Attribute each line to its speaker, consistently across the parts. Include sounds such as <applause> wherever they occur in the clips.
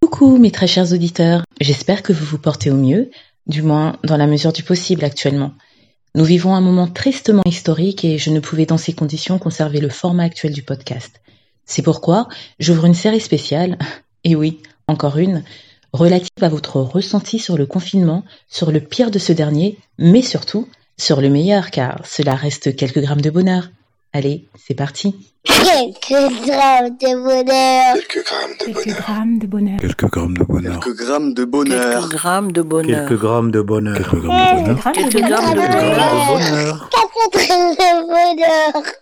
Speaker 1: coucou mes très chers auditeurs, j'espère que vous vous portez au mieux, du moins dans la mesure du possible actuellement. Nous vivons un moment tristement historique et je ne pouvais dans ces conditions conserver le format actuel du podcast. C'est pourquoi j'ouvre une série spéciale, <laughs> et oui, encore une, relative à votre ressenti sur le confinement, sur le pire de ce dernier, mais surtout sur le meilleur car cela reste quelques grammes de bonheur. Allez, c'est parti.
Speaker 2: Quelques grammes de bonheur.
Speaker 3: Quelques grammes de
Speaker 4: Quelques
Speaker 3: bonheur.
Speaker 4: grammes de bonheur.
Speaker 5: Quelques grammes de bonheur.
Speaker 3: Quelques grammes de bonheur.
Speaker 6: Quelques grammes de bonheur.
Speaker 7: Quelques grammes de bonheur.
Speaker 5: Quelques grammes de bonheur.
Speaker 4: Quelques
Speaker 6: Quelques grammes
Speaker 4: grammes de
Speaker 6: de
Speaker 4: bonheur.
Speaker 5: bonheur.
Speaker 2: Quatre grammes de bonheur.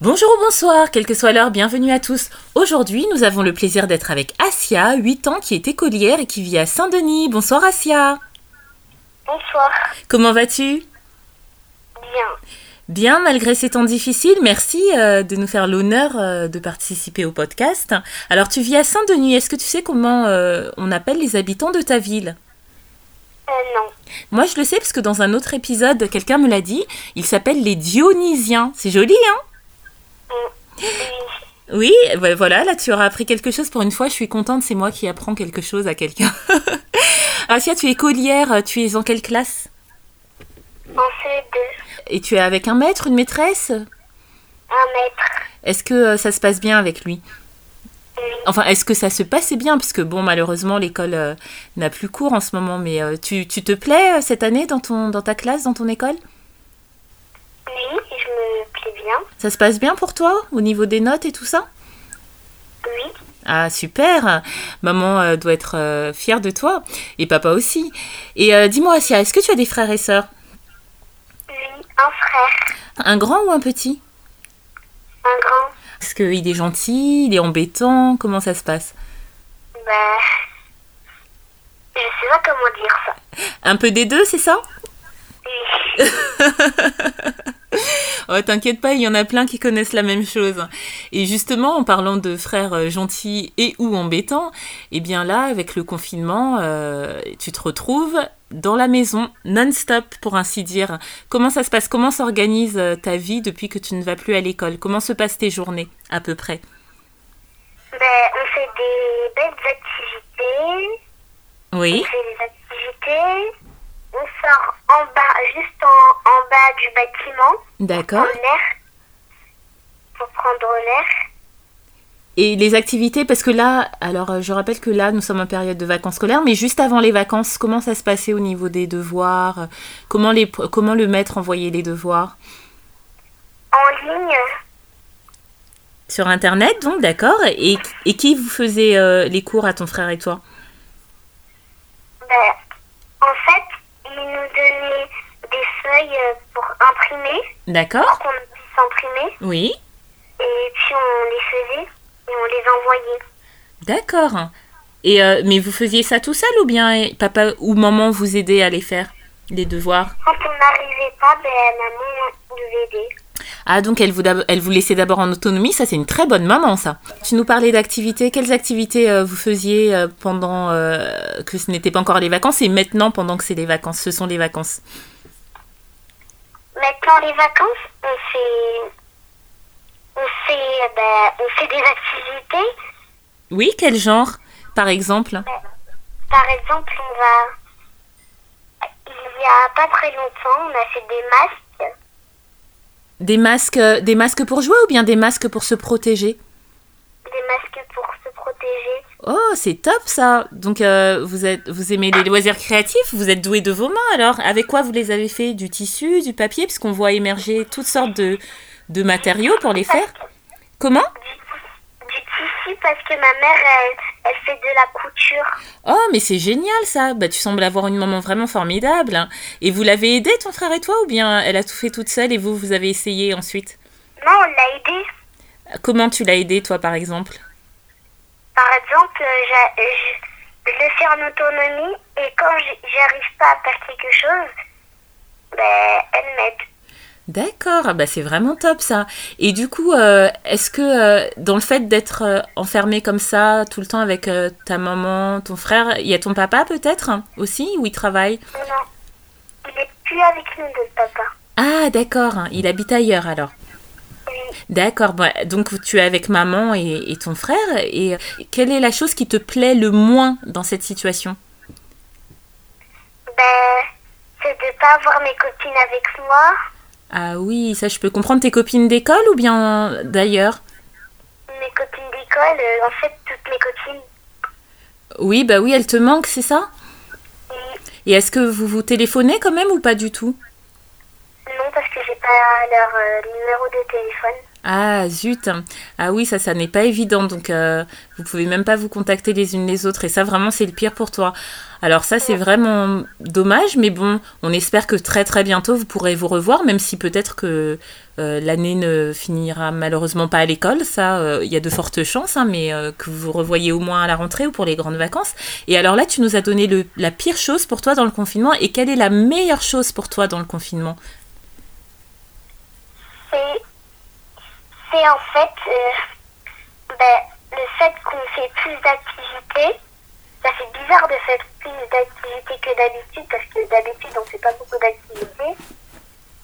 Speaker 8: Bonjour ou bonsoir, quelle que soit l'heure, bienvenue à tous. Aujourd'hui, nous avons le plaisir d'être avec Asia, 8 ans, qui est écolière et qui vit à Saint-Denis. Bonsoir Asia.
Speaker 2: Bonsoir.
Speaker 8: Comment vas-tu
Speaker 2: Bien.
Speaker 8: Bien, malgré ces temps difficiles, merci euh, de nous faire l'honneur euh, de participer au podcast. Alors, tu vis à Saint-Denis, est-ce que tu sais comment euh, on appelle les habitants de ta ville
Speaker 2: Euh, non.
Speaker 8: Moi, je le sais parce que dans un autre épisode, quelqu'un me l'a dit, ils s'appellent les Dionysiens. C'est joli, hein
Speaker 2: Oui.
Speaker 8: Oui, ben voilà, là tu auras appris quelque chose pour une fois, je suis contente, c'est moi qui apprends quelque chose à quelqu'un. <laughs> Asia, tu es écolière, tu es en quelle classe
Speaker 2: En CE2.
Speaker 8: Et tu es avec un maître, une maîtresse
Speaker 2: Un mètre.
Speaker 8: Est-ce que euh, ça se passe bien avec lui Enfin, est-ce que ça se passait bien Parce que bon, malheureusement, l'école euh, n'a plus cours en ce moment, mais euh, tu, tu te plais euh, cette année dans, ton, dans ta classe, dans ton école
Speaker 2: Oui, je me plais bien.
Speaker 8: Ça se passe bien pour toi au niveau des notes et tout ça
Speaker 2: Oui.
Speaker 8: Ah super Maman euh, doit être euh, fière de toi et papa aussi. Et euh, dis-moi Asia, est-ce que tu as des frères et sœurs
Speaker 2: Oui. Un frère.
Speaker 8: Un grand ou un petit
Speaker 2: Un grand.
Speaker 8: Est-ce qu'il est gentil Il est embêtant Comment ça se passe
Speaker 2: Bah. Je sais pas comment dire ça.
Speaker 8: Un peu des deux, c'est ça
Speaker 2: Oui.
Speaker 8: Oh, t'inquiète pas, il y en a plein qui connaissent la même chose. Et justement, en parlant de frères euh, gentils et ou embêtants, eh bien là, avec le confinement, euh, tu te retrouves dans la maison, non-stop, pour ainsi dire. Comment ça se passe Comment s'organise euh, ta vie depuis que tu ne vas plus à l'école Comment se passent tes journées, à peu près
Speaker 2: Bah, on fait des belles activités.
Speaker 8: Oui.
Speaker 2: On fait des activités. On sort en bas, juste en, en bas du bâtiment.
Speaker 8: D'accord.
Speaker 2: En l'air. Pour prendre l'air.
Speaker 8: Et les activités, parce que là, alors euh, je rappelle que là, nous sommes en période de vacances scolaires, mais juste avant les vacances, comment ça se passait au niveau des devoirs Comment, les, comment le maître envoyait les devoirs
Speaker 2: En ligne,
Speaker 8: Sur Internet, donc, d'accord. Et, et qui vous faisait euh, les cours à ton frère et toi
Speaker 2: ben, en fait, ils nous donnaient des feuilles euh, pour imprimer,
Speaker 8: D'accord
Speaker 2: pour qu'on puisse imprimer,
Speaker 8: Oui.
Speaker 2: et puis on les faisait et on les envoyait.
Speaker 8: D'accord. Et euh, Mais vous faisiez ça tout seul ou bien eh, papa ou maman vous aidait à les faire, les devoirs
Speaker 2: Quand on n'arrivait pas, ben, maman nous aidait.
Speaker 8: Ah, donc elle vous, d'ab- elle vous laissait d'abord en autonomie, ça c'est une très bonne maman ça. Tu nous parlais d'activités, quelles activités euh, vous faisiez euh, pendant euh, que ce n'était pas encore les vacances et maintenant pendant que c'est les vacances, ce sont les vacances
Speaker 2: Maintenant, les vacances, on fait, on fait, ben, on fait des activités.
Speaker 8: Oui, quel genre par exemple
Speaker 2: Par exemple, on va, il y a pas très longtemps, on a fait des masques.
Speaker 8: Des masques, euh, des masques pour jouer ou bien des masques pour se protéger
Speaker 2: Des masques pour se protéger.
Speaker 8: Oh, c'est top ça. Donc euh, vous êtes, vous aimez les loisirs créatifs, vous êtes doué de vos mains. Alors avec quoi vous les avez fait Du tissu, du papier, puisqu'on voit émerger toutes sortes de, de matériaux pour les faire. Comment
Speaker 2: du tissu parce que ma mère, elle, elle fait de la couture.
Speaker 8: Oh, mais c'est génial ça. Bah tu sembles avoir une maman vraiment formidable. hein. Et vous l'avez aidé ton frère et toi ou bien elle a tout fait toute seule et vous vous avez essayé ensuite
Speaker 2: Non, on l'a aidée.
Speaker 8: Comment tu l'as aidé toi par exemple
Speaker 2: Par exemple, euh, j'a- je, je le fais en autonomie et quand j- j'arrive pas à faire quelque chose, ben, elle m'aide.
Speaker 8: D'accord, ah bah c'est vraiment top ça. Et du coup, euh, est-ce que euh, dans le fait d'être euh, enfermé comme ça tout le temps avec euh, ta maman, ton frère, il y a ton papa peut-être hein, aussi où il travaille
Speaker 2: Non, il est plus avec nous, notre papa.
Speaker 8: Ah d'accord, hein, il habite ailleurs alors.
Speaker 2: Oui.
Speaker 8: D'accord, bah, donc tu es avec maman et, et ton frère. Et quelle est la chose qui te plaît le moins dans cette situation
Speaker 2: Ben, c'est de pas avoir mes copines avec moi.
Speaker 8: Ah oui, ça je peux comprendre. Tes copines d'école ou bien d'ailleurs
Speaker 2: Mes copines d'école, euh, en fait, toutes mes copines.
Speaker 8: Oui, bah oui, elles te manquent, c'est ça
Speaker 2: Oui.
Speaker 8: Et est-ce que vous vous téléphonez quand même ou pas du tout
Speaker 2: Non, parce que j'ai pas leur euh, numéro de téléphone.
Speaker 8: Ah zut Ah oui, ça, ça n'est pas évident. Donc, euh, vous pouvez même pas vous contacter les unes les autres. Et ça, vraiment, c'est le pire pour toi. Alors ça, c'est vraiment dommage. Mais bon, on espère que très très bientôt, vous pourrez vous revoir, même si peut-être que euh, l'année ne finira malheureusement pas à l'école. Ça, euh, il y a de fortes chances, hein, mais euh, que vous vous revoyez au moins à la rentrée ou pour les grandes vacances. Et alors là, tu nous as donné le- la pire chose pour toi dans le confinement. Et quelle est la meilleure chose pour toi dans le confinement
Speaker 2: C'est, c'est en fait euh, ben, le fait qu'on fait plus d'activités. Ça fait bizarre de faire plus d'activités que d'habitude parce que d'habitude on fait pas beaucoup d'activités.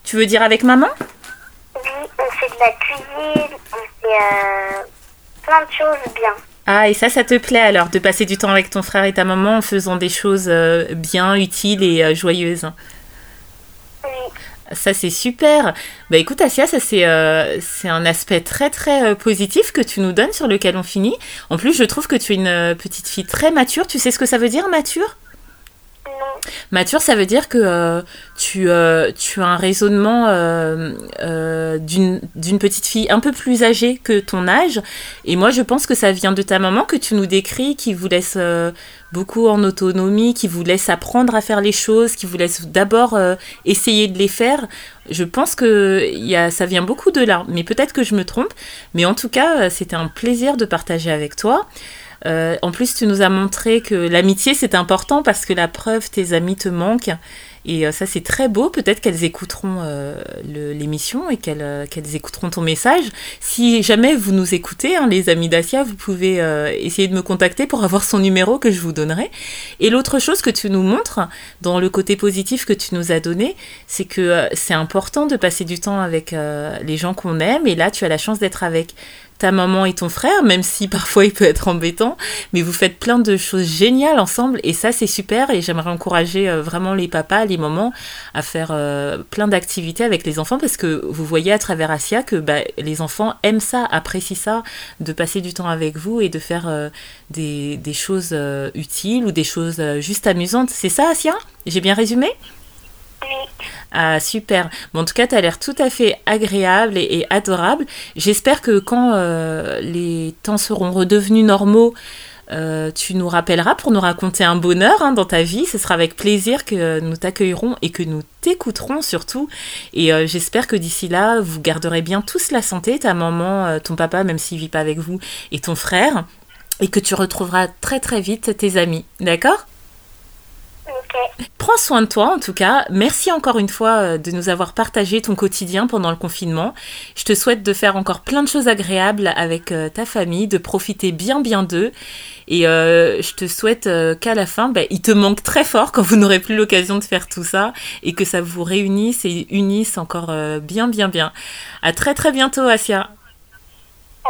Speaker 8: Tu veux dire avec maman
Speaker 2: Oui, on fait de la cuisine, on fait euh, plein de choses bien.
Speaker 8: Ah, et ça, ça te plaît alors, de passer du temps avec ton frère et ta maman en faisant des choses euh, bien, utiles et euh, joyeuses.
Speaker 2: Oui,
Speaker 8: Ça, c'est super. Bah écoute, Asia, ça, c'est euh, c'est un aspect très, très euh, positif que tu nous donnes, sur lequel on finit. En plus, je trouve que tu es une euh, petite fille très mature. Tu sais ce que ça veut dire, mature
Speaker 2: non,
Speaker 8: Mature, ça veut dire que euh, tu, euh, tu as un raisonnement euh, euh, d'une d'une petite fille un peu plus âgée que ton âge. Et moi, je pense que ça vient de ta maman que tu nous décris, qui vous laisse euh, beaucoup en autonomie, qui vous laisse apprendre à faire les choses, qui vous laisse d'abord euh, essayer de les faire. Je pense que il y a, ça vient beaucoup de là. Mais peut-être que je me trompe. Mais en tout cas, euh, c'était un plaisir de partager avec toi. Euh, en plus, tu nous as montré que l'amitié, c'est important parce que la preuve, tes amis te manquent. Et euh, ça, c'est très beau. Peut-être qu'elles écouteront euh, le- l'émission et qu'elles euh, qu'elles écouteront ton message. Si jamais vous nous écoutez, hein, les amis d'Asia, vous pouvez euh, essayer de me contacter pour avoir son numéro que je vous donnerai. Et l'autre chose que tu nous montres dans le côté positif que tu nous as donné, c'est que euh, c'est important de passer du temps avec euh, les gens qu'on aime. Et là, tu as la chance d'être avec ta maman et ton frère, même si <laughs> parfois il peut être embêtant mais vous faites plein de choses géniales ensemble et ça c'est super et j'aimerais encourager euh, vraiment les papas, les mamans à faire euh, plein d'activités avec les enfants parce que vous voyez à travers Asia que bah, les enfants aiment ça, apprécient ça, de passer du temps avec vous et de faire euh, des, des choses euh, utiles ou des choses euh, juste amusantes. C'est ça Asia J'ai bien résumé
Speaker 2: oui,
Speaker 8: ah super. Bon, en tout cas, tu as l'air tout à fait agréable et, et adorable. J'espère que quand euh, les temps seront redevenus normaux, euh, tu nous rappelleras pour nous raconter un bonheur hein, dans ta vie. Ce sera avec plaisir que nous t'accueillerons et que nous t'écouterons surtout. Et euh, j'espère que d'ici là, vous garderez bien tous la santé, ta maman, euh, ton papa, même s'il vit pas avec vous, et ton frère, et que tu retrouveras très très vite tes amis. D'accord
Speaker 2: ok.
Speaker 8: Prends soin de toi en tout cas. Merci encore une fois euh, de nous avoir partagé ton quotidien pendant le confinement. Je te souhaite de faire encore plein de choses agréables avec euh, ta famille, de profiter bien bien d'eux. Et euh, je te souhaite euh, qu'à la fin, bah, il te manque très fort quand vous n'aurez plus l'occasion de faire tout ça et que ça vous réunisse et unisse encore euh, bien bien bien. À très très bientôt Asia.
Speaker 2: À